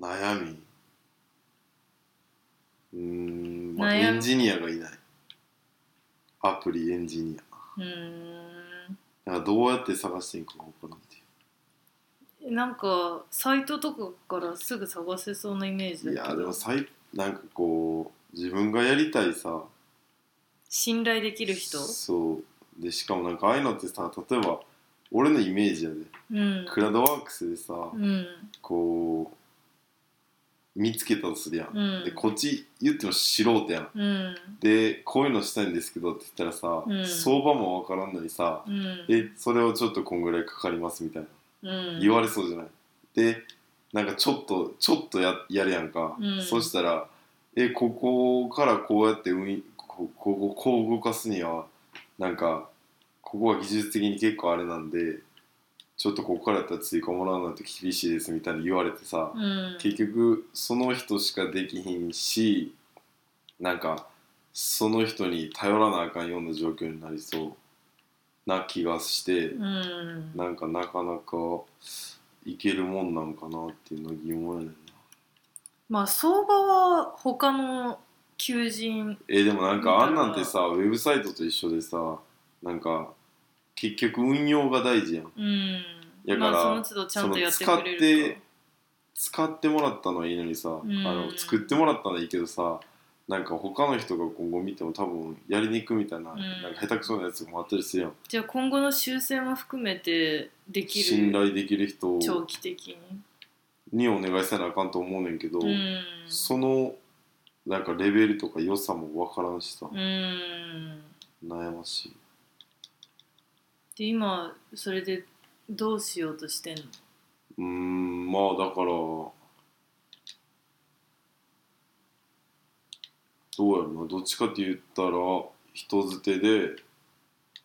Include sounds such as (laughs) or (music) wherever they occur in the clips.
悩みうーん、まあ、悩エみンジニアがいないアプリエンジニうーんアだからどうやって探していいかが分からんっていなんかサイトとかからすぐ探せそうなイメージういだけやどでもさいなんかこう自分がやりたいさ信頼できる人そうでしかもなんかああいうのってさ例えば俺のイメージやでうんクラウドワークスでさ、うんこう見つけたとするやん、うんでこっち言っても素人やんうんでこういうのしたいんですけどって言ったらさ、うん相場も分からんのにさ、うんえそれをちょっとこんぐらいかかりますみたいな、うん言われそうじゃないでなんかちょっとちょっとややるやんか、うんそしたらえここからこうやって運いここここう動かすにはなんかここは技術的に結構あれなんでちょっとここからやったら追加もらうなんて厳しいですみたいに言われてさ、うん結局その人しかできひんしなんかその人に頼らなあかんような状況になりそうな気がして、うんなんかなかなかいけるもんなんかなっていうのは疑問やねんなまあ相場は他の求人えでもなんかあんなんてさウェブサイトと一緒でさなんか結局運用が大事やんうんやからまあその都度ちゃんとやってくれるか使ってもらったのはいいのにさ、んあの作ってもらったのはいいけどさなんか他の人が今後見ても多分やりにくいみたいな,、うんなんか下手くそなやつもあったりするやんじゃあ今後の修正も含めてできる信頼できる人長期的ににお願いせなあかんと思うねんけど、うんそのなんかレベルとか良さも分からんしさ、うん悩ましいで今それでどうしようとしてんのうーんまあだからどうやろなどっちかって言ったら人づてで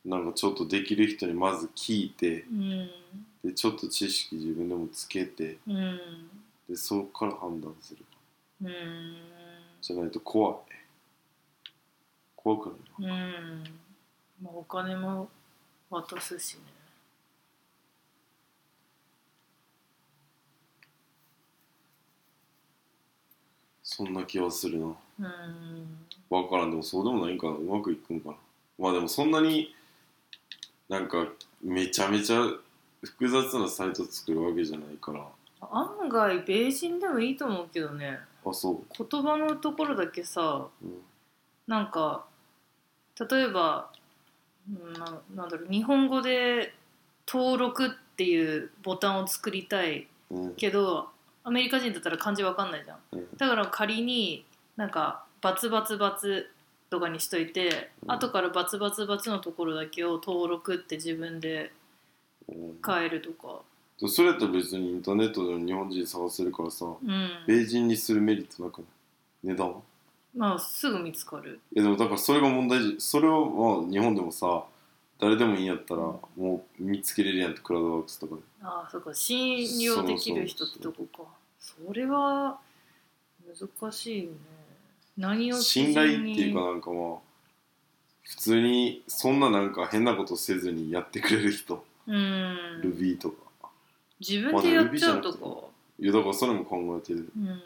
なんかちょっとできる人にまず聞いてうんでちょっと知識自分でもつけてうんでそこから判断するうんじゃないと怖い怖くないうんまあお金も渡すしねそんな気はするなうん分からんでもそうでもないんかなうまくいくんかなまあでもそんなになんかめちゃめちゃ複雑なサイト作るわけじゃないから案外米人でもいいと思うけどねあそ言葉のところだけさう、うん、なんか例えばうんななんだろう日本語で「登録」っていうボタンを作りたいうんけどアメリカ人だったら漢字わかんないじゃんうんだから仮になんか「バツバツバツ」とかにしといて、うん後から「バツバツバツ」のところだけを「登録」って自分で変えるとかうん、それやったら別にインターネットでも日本人探せるからさうん米人にするメリットなくない値段はまあすぐ見つかるいやでもだからそれが問題じそれはまあ日本でもさ誰でもいいんやったらもう見つけれるやんってクラウドワークスとかでああそうか信用できる人ってとこかそれは難しいね何を信基準に頼っていうかなんかまあ普通にそんななんか変なことせずにやってくれる人、うん Ruby とか自分でやっちゃうとかいやだからそれも考えてるうん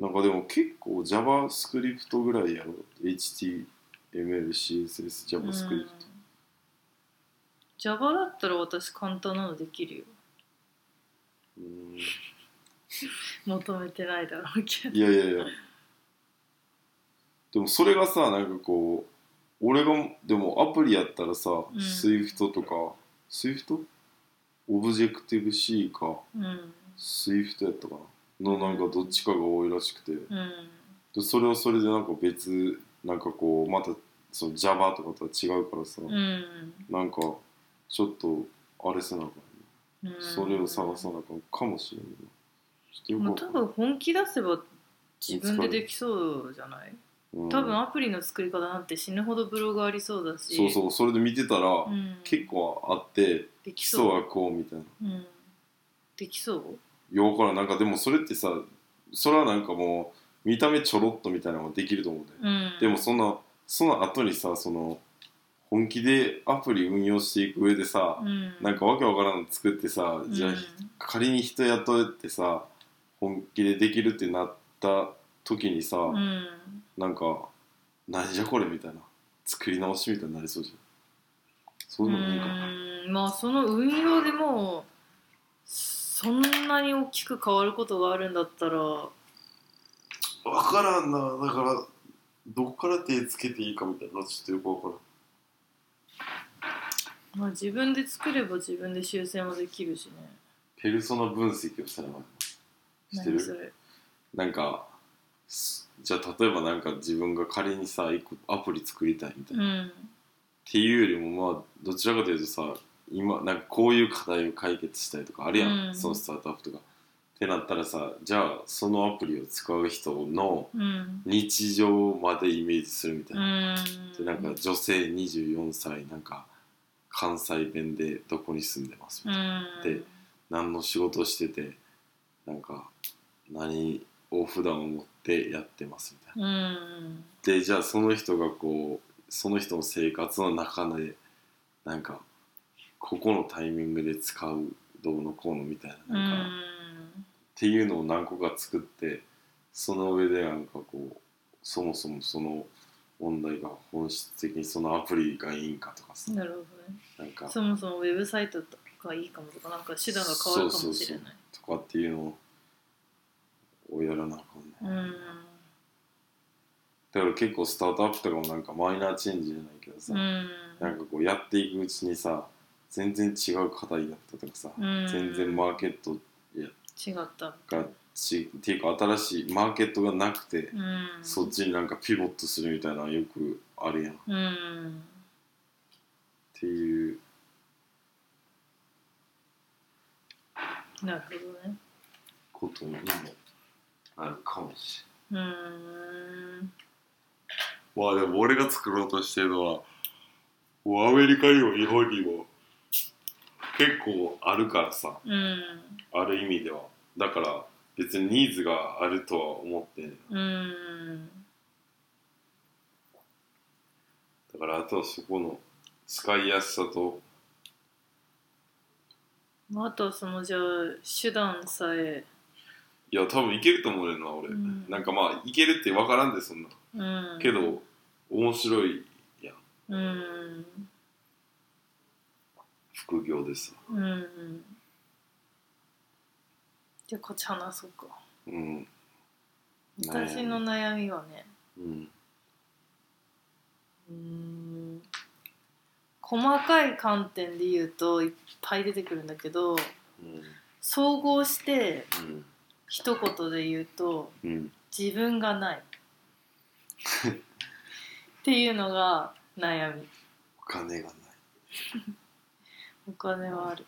なんかでも結構 JavaScript ぐらいやろ HTML、CSS、うん JavaScript、 Java だったら私簡単なのできるようん求めてないだろうけどいやいやいやでもそれがさなんかこう俺がでもアプリやったらさ、ん Swift とか Swift? オブジェクティブ C かうんスイフトやったかなのなんかどっちかが多いらしくてうんでそれはそれでなんか別なんかこうまたその Java とかとは違うからさ、うんなんかちょっとあれせなあかんうんそれを探さなあかんかもしれんないちょっとまあよく多わかんない分本気出せば自分でできそうじゃないうん多分アプリの作り方なんて死ぬほどブログありそうだしそうそうそれで見てたら、うん結構あってで基き礎そうはこうみたいなうんできそうようからんなんかでもそれってさそれはなんかもう見た目ちょろっとみたいなのができると思うね、うんでもそんなその後にさその本気でアプリ運用していく上でさ、うんなんかわけわからんの作ってさ、じゃあうん仮に人雇ってさ本気でできるってなった時にさ、うんなんかなんじゃこれみたいな作り直しみたいになりそうじゃんそういうのもいいかなうーんまあその運用でもうそんなに大きく変わることがあるんだったら分からんなだからどっから手つけていいかみたいなのちょっとよく分からんまあ、自分で作れば自分で修正もできるしね。ペルソナ分析をしたら知って何そるれなんかすじゃあ例えばなんか自分が仮にさ一個アプリ作りたいみたいな、うっん。ていうよりもまあどちらかというとさ今なんかこういう課題を解決したいとかあるやん、うんそのスタートアップとかってなったらさじゃあそのアプリを使う人のうん。日常までイメージするみたいな、うでん。なんか女性24歳なんか関西弁でどこに住んでますみたいうん。な、何の仕事をしててなんか何を普段を持ってやってますみたいな。うん。でじゃあその人がこうその人の生活の中でなんかここのタイミングで使うどうのこうのみたいなうなんか、っん。ていうのを何個か作ってその上でなんかこうそもそもその問題が本質的にそのアプリがいいんかとかさ、なるほどね。なんかそもそもウェブサイトとかいいかもとか、なんか手段が変わるかもしれない。とかっていうのをやらなあかんね、うん。だから結構スタートアップとかもなんかマイナーチェンジじゃないけどさ、うん。なんかこうやっていくうちにさ全然違う課題だったとかさ、うん全然マーケット違った。がちっていうか新しいマーケットがなくて、うん。そっちになんかピボットするみたいなのよくあるやんっうん。ていうなるほどね。こともあるかもしうん。れないまあでも俺が作ろうとしてるのはもうアメリカにも日本にも結構あるからさうん。ある意味ではだから別にニーズがあるとは思ってんねんうん。だからあとはそこの使いやすさとまああとはそのじゃあ手段さえ。いや多分いけると思うねんな俺、うんなんかまあいけるって分からんでそんなうん。けど、面白いうん。副業でさうん。じゃあこっち話そうか。うん悩み私の悩みはね、うんうーん細かい観点で言うといっぱい出てくるんだけど、うん総合してうん一言で言うとうん自分がないっていうのが悩み。お金がないお金はある。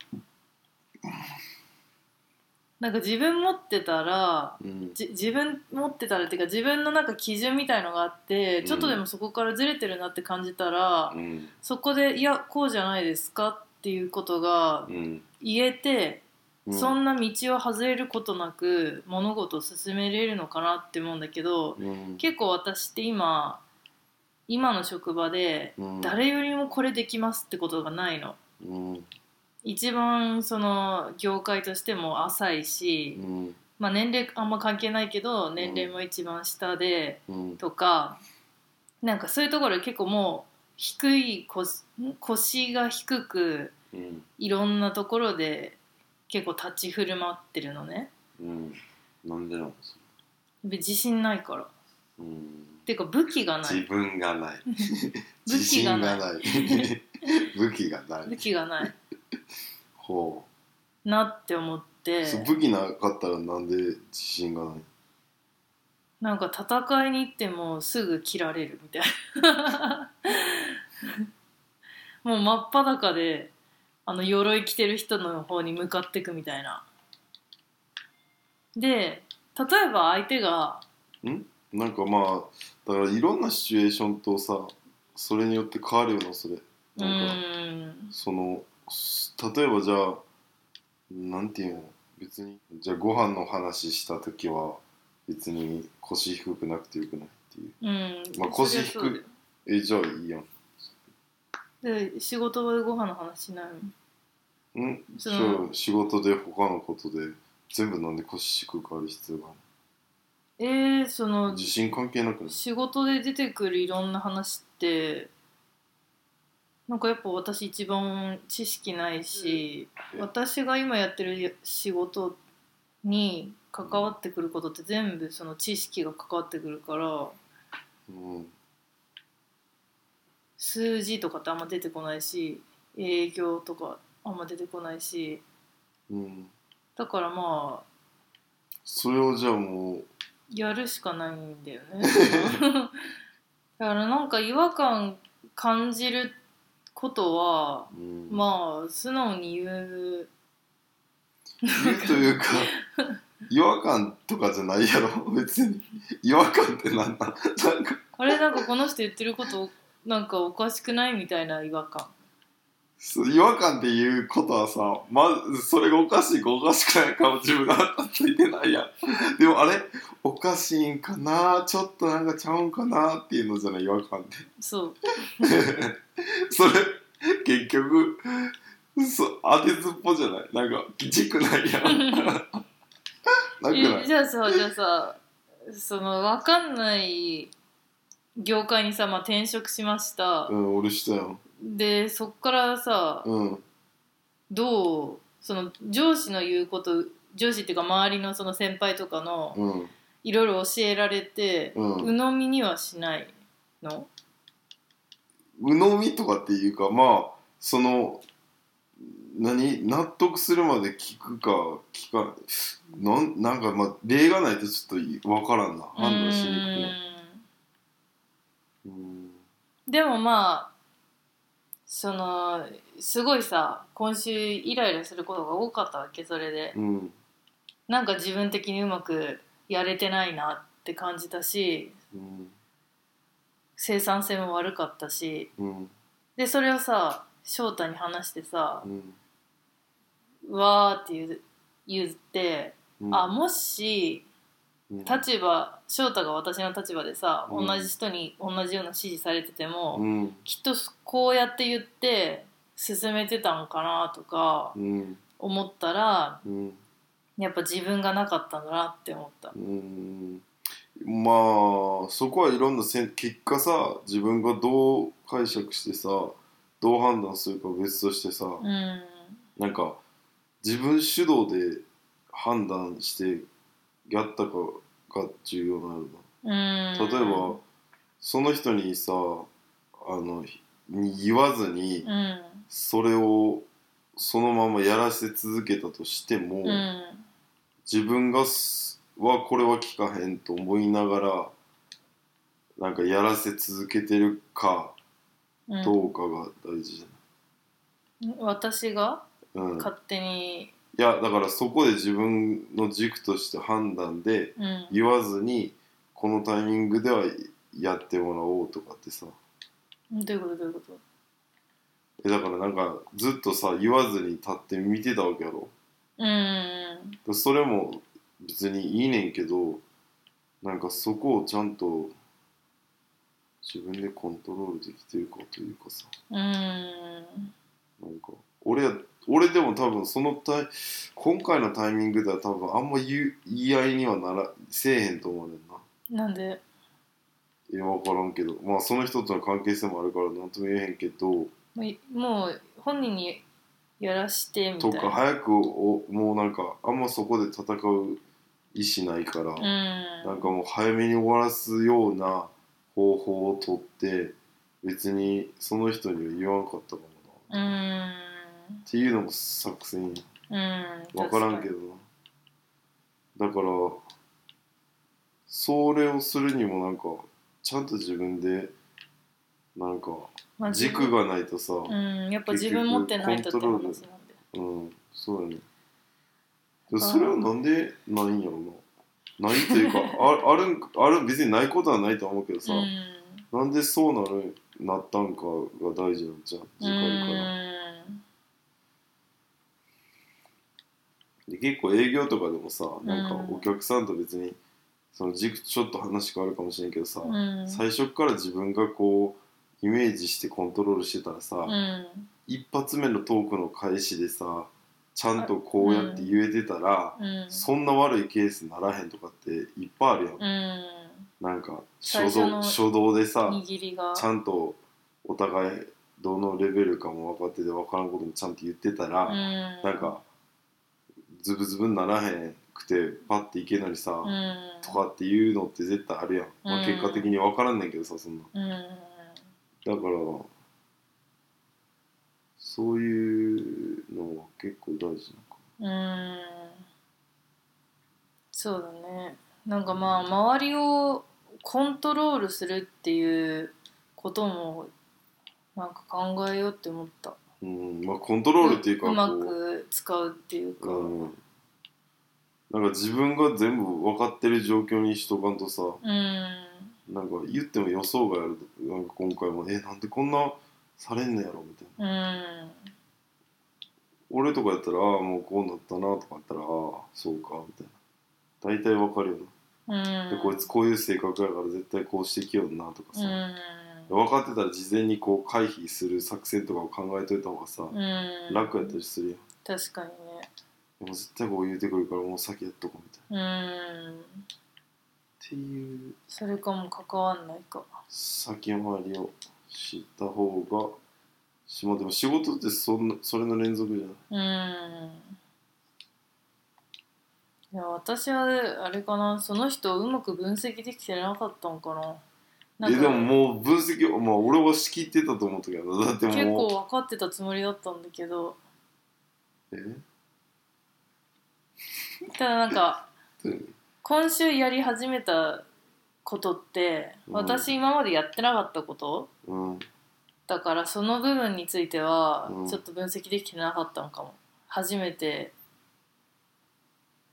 なんか自分持ってたらうんじ自分持ってたらっていうか自分のなんか基準みたいのがあって、んちょっとでもそこからずれてるなって感じたら、うんそこで「いやこうじゃないですか」っていうことがうん言えて、うんそんな道を外れることなく物事を進めれるのかなって思うんだけどうん結構私って今今の職場でうん誰よりもこれできますってことがないの。うん一番その業界としても浅いしう、んまあ、年齢あんま関係ないけど年齢も一番下でうんとか、なんかそういうところ結構もう低い腰ん腰が低くうんいろんなところで結構立ち振る舞ってるのねうんなんでなんそで自信ないからっれうんていうか武器がな自い分がない (laughs) 武自器信ががなないい (laughs) 武器がな武い器がないほなって思っう、てそう武器なかったらなんで自信がないなんか戦いに行ってもすぐ切られるみたいなもう真っ裸であの鎧着てる人の方に向かってくみたいなで例えば相手がなんかまあだからいろんなシチュエーションとさそれによって変わるよなそれうなんかーんそのす例えばじゃあなんていうの別にじゃあご飯の話した時は別に腰低くなくてよくないっていううんまあ腰そりゃそうだよえじゃあいいやんで仕事場でご飯の話しないんそじのゃあ仕事で他のことで全部なんで腰低くある必要があえー、そるの自信関係なくない仕事で出てくるいろんな話ってなんかやっぱ私一番知識ないし、うん私が今やってる仕事に関わってくることって全部その知識が関わってくるからうん数字とかってあんま出てこないし営業とかあんま出てこないしうんだからまあそれをじゃあもうやるしかないんだよ (laughs) ねだからなんか違和感感じることはうんまあ素直に言う言うというか違和感とかじゃないやろ別に違和感ってなんなんなんかあれなんかこの人言ってることなんかおかしくないみたいな違和感そう違和感っていうことはさ、ま、それがおかしいかおかしくないかも自分がついてないやん (laughs) でもあれおかしいんかなちょっとなんかちゃうんかなっていうのじゃない違和感ってそう (laughs) それ結局そ当てずっぽじゃないなんかきちくないやんなくなえいじゃあさじゃあさその分かんない業界にさ、まあ、転職しましたうん俺したよでそっからさうんどうその上司の言うこと上司っていうか周りのその先輩とかのうんいろいろ教えられて、うん鵜呑みにはしないの鵜呑みとかっていうかまあその何納得するまで聞くか聞かなんなんかまあ例がないとちょっと分からんな判断しにくいなうーんうんでもまあそのすごいさ今週イライラすることが多かったわけそれでうんなんか自分的にうまくやれてないなって感じたしうん生産性も悪かったしうんでそれをさ翔太に話してさうん「うわ」って言う言って、うんあもしうん立場翔太が私の立場でさ、うん同じ人に同じような指示されてても、うんきっとこうやって言って進めてたんかなとかうん思ったらうんやっぱ自分がなかったんだなって思ったうんまあそこはいろんなせん結果さ自分がどう解釈してさどう判断するかは別としてさ、うんなんか自分主導で判断してやったかが重要なのうん例えば、その人にさあのに言わずに、うんそれをそのままやらせ続けたとしても、うん自分がすはこれは聞かへんと思いながらなんかやらせ続けてるかうんどうかが大事じ私がゃない、うん、い勝手にやだからそこで自分の軸として判断で、うん言わずにこのタイミングではやってもらおうとかってさどういうことどういうことえだからなんかずっとさ言わずに立って見てたわけやろうんでそれも別にいいねんけどなんかそこをちゃんと自分でコントロールできてるかというかさうんなんか俺や俺でも多分そのタイ今回のタイミングでは多分あんま言う言い合いにはならせえへんと思うねんななんでいや分からんけどまあその人との関係性もあるから何とも言えへんけど、もうもう本人にやらしてみたといかな早くおもうなんかあんまそこで戦う意思ないから、うんなんかもう早めに終わらすような方法をとって別にその人には言わんかったかもな、うっんていうのも作戦やうん分からんけどどなだからそれをするにもなんかちゃんと自分でなんか軸がないとさ、うん、やっぱ自分持ってないとって話なんで。うん、そうだね。でそれはなんでないんやろな。ないというか、あ (laughs) あるんある別にないことはないと思うけどさ、うん。なんでそうなるなったんかが大事なんじゃん、時う間から。ん。で結構営業とかでもさ、なんかうんお客さんと別に、その軸ちょっと話変わるかもしれんけどさ、うん。最初から自分がこう、イメージしてコントロールしてたらさ、うん。一発目のトークの開始でさちゃんとこうやって言えてたら、うんそんな悪いケースにならへんとかっていっぱいあるやん、うんなんか最初初動の初動でさ握りがちゃんとお互いどのレベルかも分かってて分からんこともちゃんと言ってたら、うんなんかズブズブにならへんくてパッていけんのにさ、うんとかっていうのって絶対あるやん、まうあ、ん結果的に分からんねんけどさそんなうんだからそういうのは結構大事うんそうだねなんかまあ周りをコントロールするっていうこともなんか考えようって思ったなのかうんまあコントロールっていうかうまこく使うっていうか、うん、なんか自分が全部分かってる状況にしとかんとさうんなんか言っても予想外やるなんか今回も「えなんでこんなされんのやろ」みたいなうん俺とかやったら「ああもうこうなったな」とかやったら「ああそうか」みたいな大体分かるようんな、でこいつこういう性格やから絶対こうしてきよんなとかうさ、ん分かってたら事前にこう回避する作戦とかを考えといた方がさ、うん楽やったりするやん確かにねでも絶対こう言うてくるからもう先やっとこうみたいなうんっていうそれかも関わんないか先回りをした方がしまあでも仕事ってそんなそれの連続じゃないうんいや私はあれかなその人をうまく分析できてなかったんかななんえかでももう分析を、まあ、俺は仕切ってたと思ったけどだって結もう構分かってたつもりだったんだけどえただなんかうん今週やり始めたことってうん私今までやってなかったことうんだからその部分についてはうんちょっと分析できてなかったのかも、初めて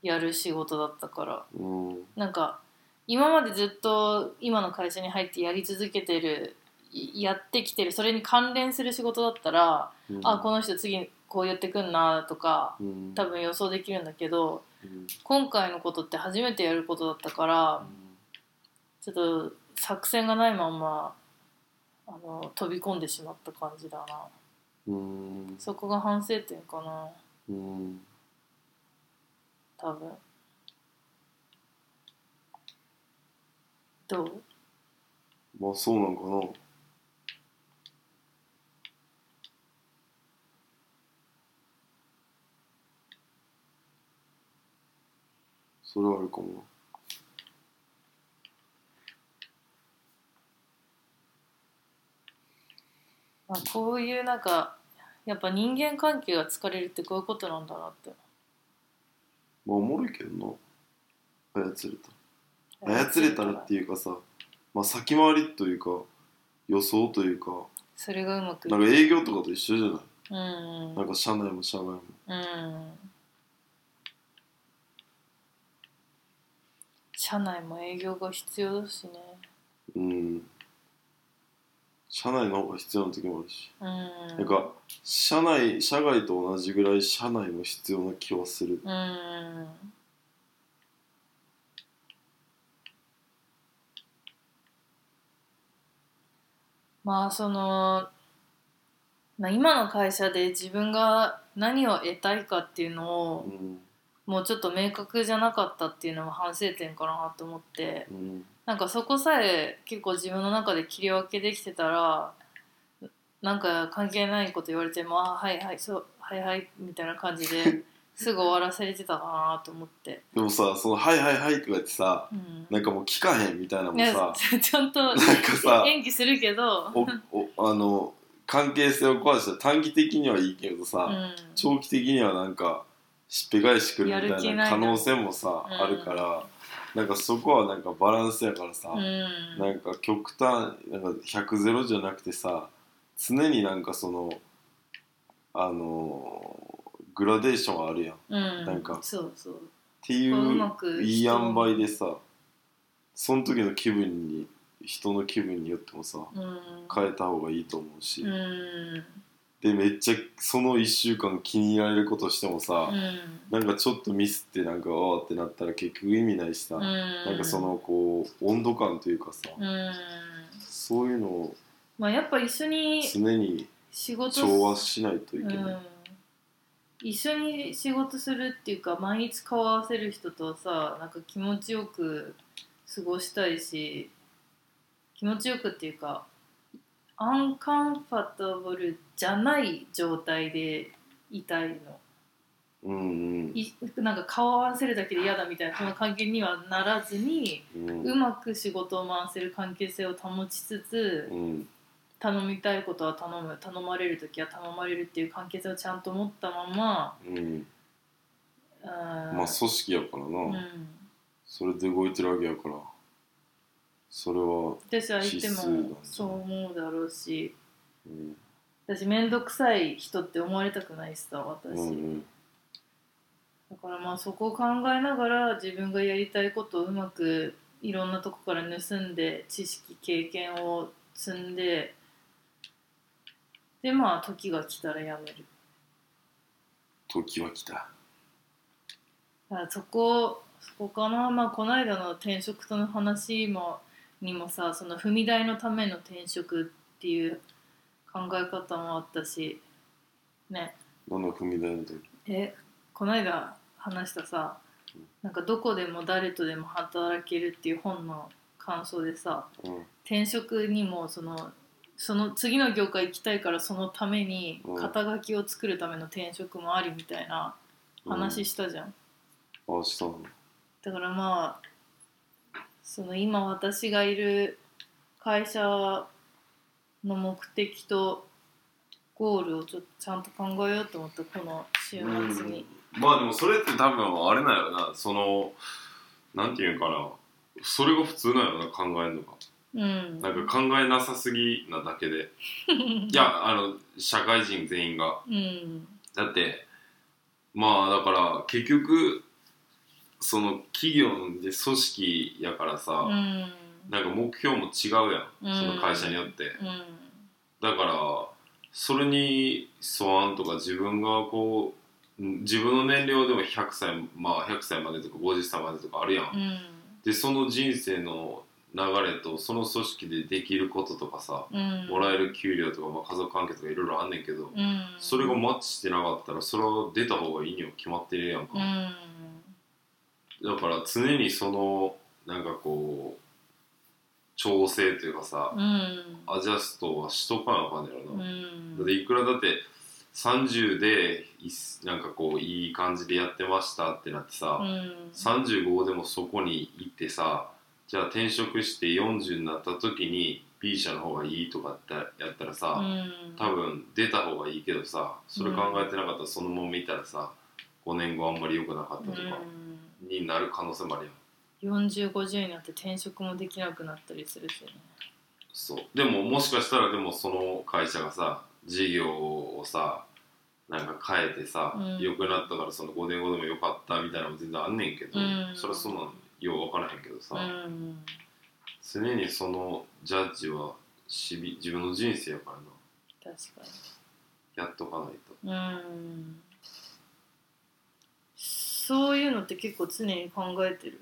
やる仕事だったからうんなんか今までずっと今の会社に入ってやり続けてるいやってきてるそれに関連する仕事だったら、うんあこの人次こうやってくんなとかうん多分予想できるんだけどうん今回のことって初めてやることだったからちょっと作戦がないまんまあの飛び込んでしまった感じだなうんそこが反省点かなうん多分どうまあそうなんかなそれはあるかもなまあ、こういうなんかやっぱ人間関係が疲れるってこういうことなんだなってまあおもろいけどな操れたら操れたらっていうかさ、まあ、先回りというか予想というかそれがうまくなんか営業とかと一緒じゃないうんなんか社内も社外もうん社内も営業が必要だしねうん社内の方が必要な時もあるしうんなんか社内社外と同じぐらい社内も必要な気はするうんまあその、まあ、今の会社で自分が何を得たいかっていうのうをんもうちょっと明確じゃなかったっていうのも反省点かなと思ってうんなんかそこさえ結構自分の中で切り分けできてたらなんか関係ないこと言われても「あはいはいそうはいはい」みたいな感じですぐ終わらせれてたかなと思って、でもさその「はいはいはい」とか言ってさうん、なんかもう聞かへんみたいなのいもやさちゃんとなんかさ演技するけど、おおあの関係性を壊したら短期的にはいいけどさ、うん、長期的にはなんかしっぺ返しくるみやるた気ないいなな可能性もさ、うんあるからなんかそこはなんかバランスやからさ、うんなんか極端なんか100ゼロじゃなくてさ常になんかそのあのーグラデーションあるやんっうん、なんかそうそうていこうううまくいい塩梅でさその時の気分に人の気分によってもさうん、変えた方がいいと思うし、うんでめっちゃその1週間気に入られることしてもさ、うんなんかちょっとミスってなんかわーってなったら結局意味ないしさ、ななんかそのこう温度感というかさ、うんそういうのをまあやっぱ一緒に常に仕事調和しないといけうない、ん、一緒に仕事するっていうか毎日顔合わせる人とさなんか気持ちよく過ごしたいし気持ちよくっていうかアンカンファタブルじゃない状態でいたいのうんいなんか顔合わせるだけで嫌だみたいなその関係にはならずにうんうんうまく仕事を回せる関係性を保ちつつうん頼みたいことは頼む頼まれる時は頼まれるっていう関係性をちゃんと持ったままうんあーまあ組織やからな、うん、それで動いてるわけやからそれは、私相手指数なんだもそう思うだろうしうん私面倒くさい人って思われたくないしさ私、うんだからまあそこを考えながら自分がやりたいことをうまくいろんなとこから盗んで知識経験を積んででまあ時が来たらやめる時は来ただからそこそこかなまあこの間の転職との話もにもさその踏み台のための転職っていう考え方もあったしねどんどん踏み台の時えこの間話したさなんかどこでも誰とでも働けるっていう本の感想でさうん転職にもそのその次の業界行きたいからそのためにうん肩書きを作るための転職もありみたいな話したじゃん、あしたのだからまあその今私がいる会社の目的とゴールをちょっとちゃんと考えようと思ったこの週末に。まあでもそれって多分あれなんやろなそのなんていうんかなそれが普通なんやろな考えるのがうん、なんか考えなさすぎなだけで (laughs) い、いやあの社会人全員がうん、だってまあだから結局その企業で組織やからうさ、ん、なんか目標も違うやん、その会社によってうん、だからそれに沿わんとか自分がこううん自分の年齢はでも100歳まあ100歳までとか50歳までとかあるやん、うん、でその人生の流れとその組織でできることとかさうん、もらえる給料とか、まあ、家族関係とかいろいろあんねんけど、うん、それがマッチしてなかったらそれは出た方がいいには決まってるやんうか、ん、だから常にそのなんかこう調整というかさうん、アジャストはしとかなあかんねやろな、うん、だっていくらだって30でいっなんかこういい感じでやってましたってなってうさ、ん、 35でもそこに行ってさじゃあ転職して40になった時に B 社の方がいいとかってやったらうさ、ん、多分出た方がいいけどさそれ考えてなかったらそのまま見たらさ5年後あんまり良くなかったとかになる可能性もあるやんうん、40、50になって転職もできなくなったりするしね。そうでももしかしたらでもその会社がさ事業をさなんか変えてさうん良、くなったからその5年後でも良かったみたいなのも全然あんねんけど、うんそれはそんなんよう分からへんけどさ、うん、常にそのジャッジはしび自分の人生やから確かなやっとかないとに。うん。そういうのって結構常に考えてる。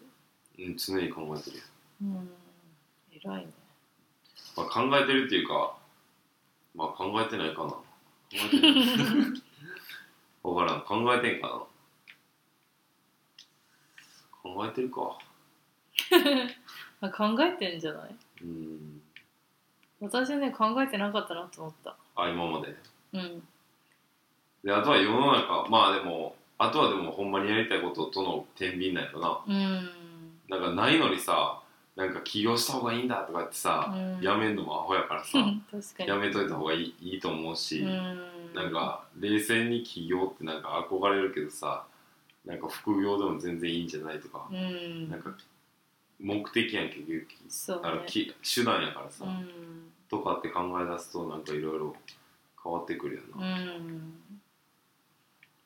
うん常に考えてるやんうん、偉いね。まあ、考えてるっていうかまあ考えて (laughs) ないかな考えてない分からん考えてんかな考えてるかあ考えてんじゃないうん私ね考えてなかったなと思ったあ今までうんであとは世の中まあでもあとはでもほんまにやりたいこととの天秤なんやろなうんなんかないのにさなんか起業した方がいいんだとかってさ、うんやめんのもアホやからさ確かにやめといた方がいいいいと思うし、うんなんか冷静に起業ってなんか憧れるけどさなんか副業でも全然いいんじゃないとかう、んなんか目的やん結局そうあのねき手段やからさ、うんとかって考え出すとなんかいろいろ変わってくるような、ん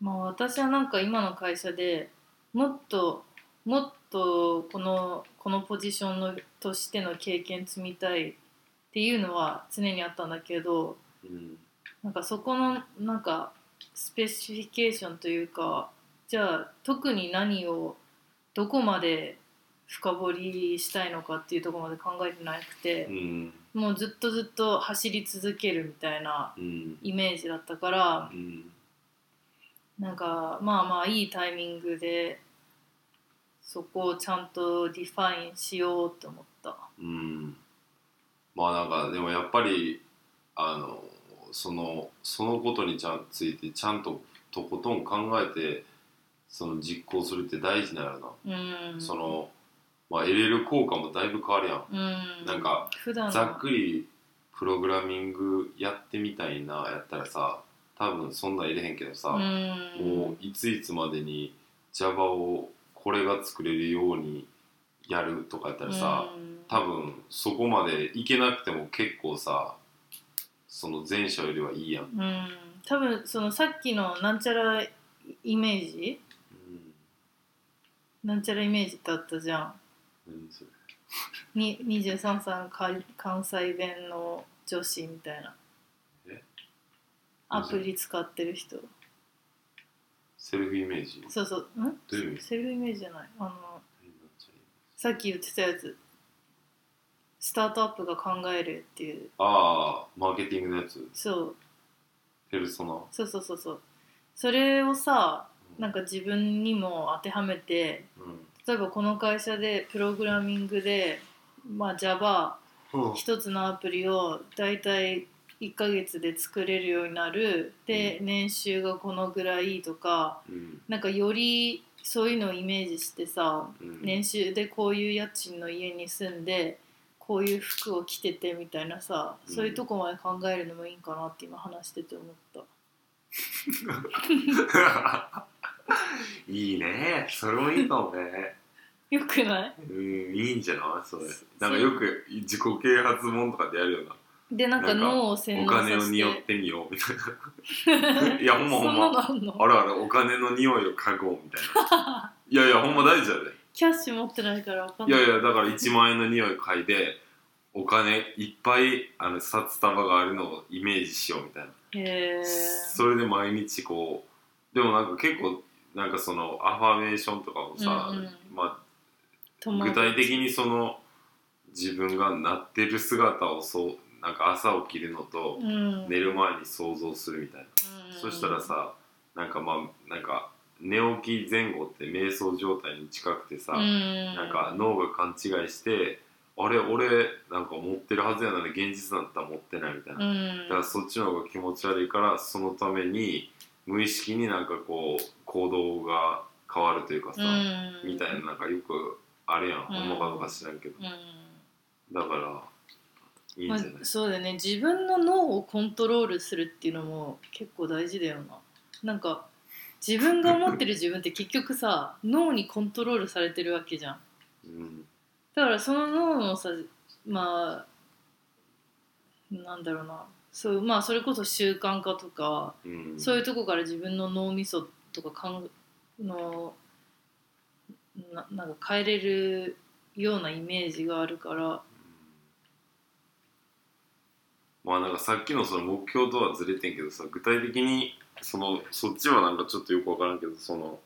まあ私はなんか今の会社でもっともっとこのこのポジションのとしての経験積みたいっていうのは常にあったんだけど、うんなんかそこのなんかスペシフィケーションというかじゃあ特に何をどこまで深掘りしたいのかっていうところまで考えてなくうて、んもうずっとずっと走り続けるみたいなうんイメージだったからうんなんかまあまあいいタイミングでそこをちゃんとディファインしようって思ったうんまあなんかでもやっぱりあのそのそのことにちゃんついてちゃんととことん考えてその実行するって大事なんやろな、うんその、まあ、LL 効果もだいぶ変わるやんうんなんか普段のざっくりプログラミングやってみたいなやったらさ多分そんなん入れへんけどうさ、んもういついつまでに Java をこれが作れるようにやるとかやったらさ、うん多分そこまでいけなくても結構さその前者よりはいいやん、うん多分そのさっきのなんちゃらイメージなんちゃらイメージだったじゃん何それに23歳のか関西弁の女子みたいなえアプリ使ってる人セルフイメージそうそうんどういう意味セルフイメージじゃないあのさっき言ってたやつスタートアップが考えるっていうああマーケティングのやつそうペルソナそうそうそうそうそれをさなんか自分にも当てはめてう例えばこの会社でプログラミングで、まあ、Java ん一つのアプリをだいたい1ヶ月で作れるようになるで年収がこのぐらいとかうんなんかよりそういうのをイメージしてさうん年収でこういう家賃の家に住んでこういう服を着ててみたいなさうんそういうとこまで考えるのもいいんかなって今話してて思った。 (laughs) いいねそれもいいかもねよくないうんいいんじゃないそれなんかよく自己啓発本とかでやるよなでなんなかんか脳を洗お脳させて金を匂ってみようみたいない (laughs) やほんまほそんんまなのあんのあるあるお金の匂いを嗅ごうみたいないやいやほんま大事だねキャッシュ持ってないからわかんいないやいやだから1万円の匂い嗅いでお金いっぱいあの札束があるのをイメージしようみたいな、へえそれで毎日こうでもなんか結構なんかそのアファメーションとかもさ、うんうんま具あ、具体的にその自分がなってる姿をそうなんか朝起きるのとうん、寝る前に想像するみたいなうんそしたらさなんかまあなんか寝起き前後って瞑想状態に近くてさ、うん、なんか脳が勘違いしてあれ俺なんか持ってるはずやのに現実だったら持ってないみたいな、うだんからそっちの方が気持ち悪いからそのために無意識になんかこう行動が変わるというかさ、うん、みたいななんかよくあれやんほんまかどうか知らんけど、うだからいいんんまじあゃない、、そうだよね自分の脳をコントロールするっていうのも結構大事だよななんか自分が思ってる自分って結局さ脳にコントロールされてるわけじゃんうんだからその脳のさまあなんだろうなそうまあそれこそ習慣化とかうん、そういうとこから自分の脳みそとかかんのななんか変えれるようなイメージがあるからまあなんかさっきのその目標とはずれてんけどさ具体的にそのそっちはなんかちょっとよくわからんけどその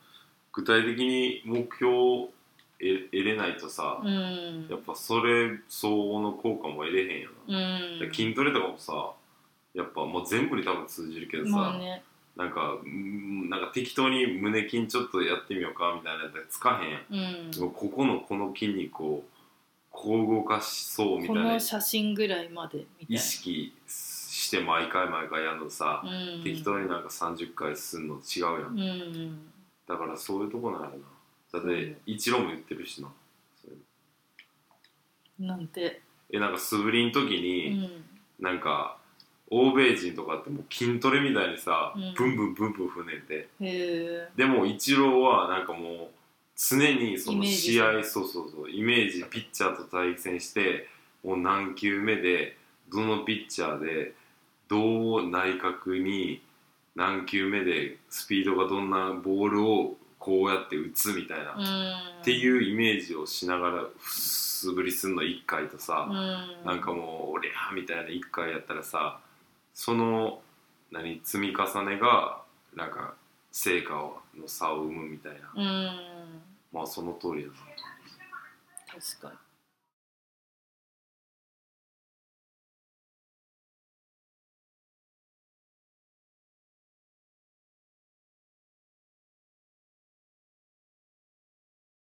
具体的に目標を得得れないとさ、うんやっぱそれ相応の効果も得れへんような、だからん筋トレとかもさやっぱもう全部に多分通じるけどさ、まあねなんかうんなんか適当に胸筋ちょっとやってみようかみたいなやつつかへんやんうんここのこの筋肉をこう動かしそうみたこいなの写真ぐらいまでみたい意な識して毎回毎回やるのさ、うん適当になんか30回すんの違うやん、うんだからそういうとこなのなだっうてん一郎も言ってるしなそれなんてえなんか素振りの時うに、んなんか欧米人とかってもう筋トレみたいにさ、うんブンブンブンブン踏ねてへえでも一郎はなんかもう常にそのイメージ試合そうそうそうイメージピッチャーと対戦してもう何球目でどのピッチャーでどう内角に何球目でスピードがどんなボールをこうやって打つみたいな、うっんていうイメージをしながら素振りするの1回とうさ、んなんかもう「おりゃ」みたいな1回やったらさその何積み重ねがなんか成果の差を生むみたいな、うんまあその通りだな確か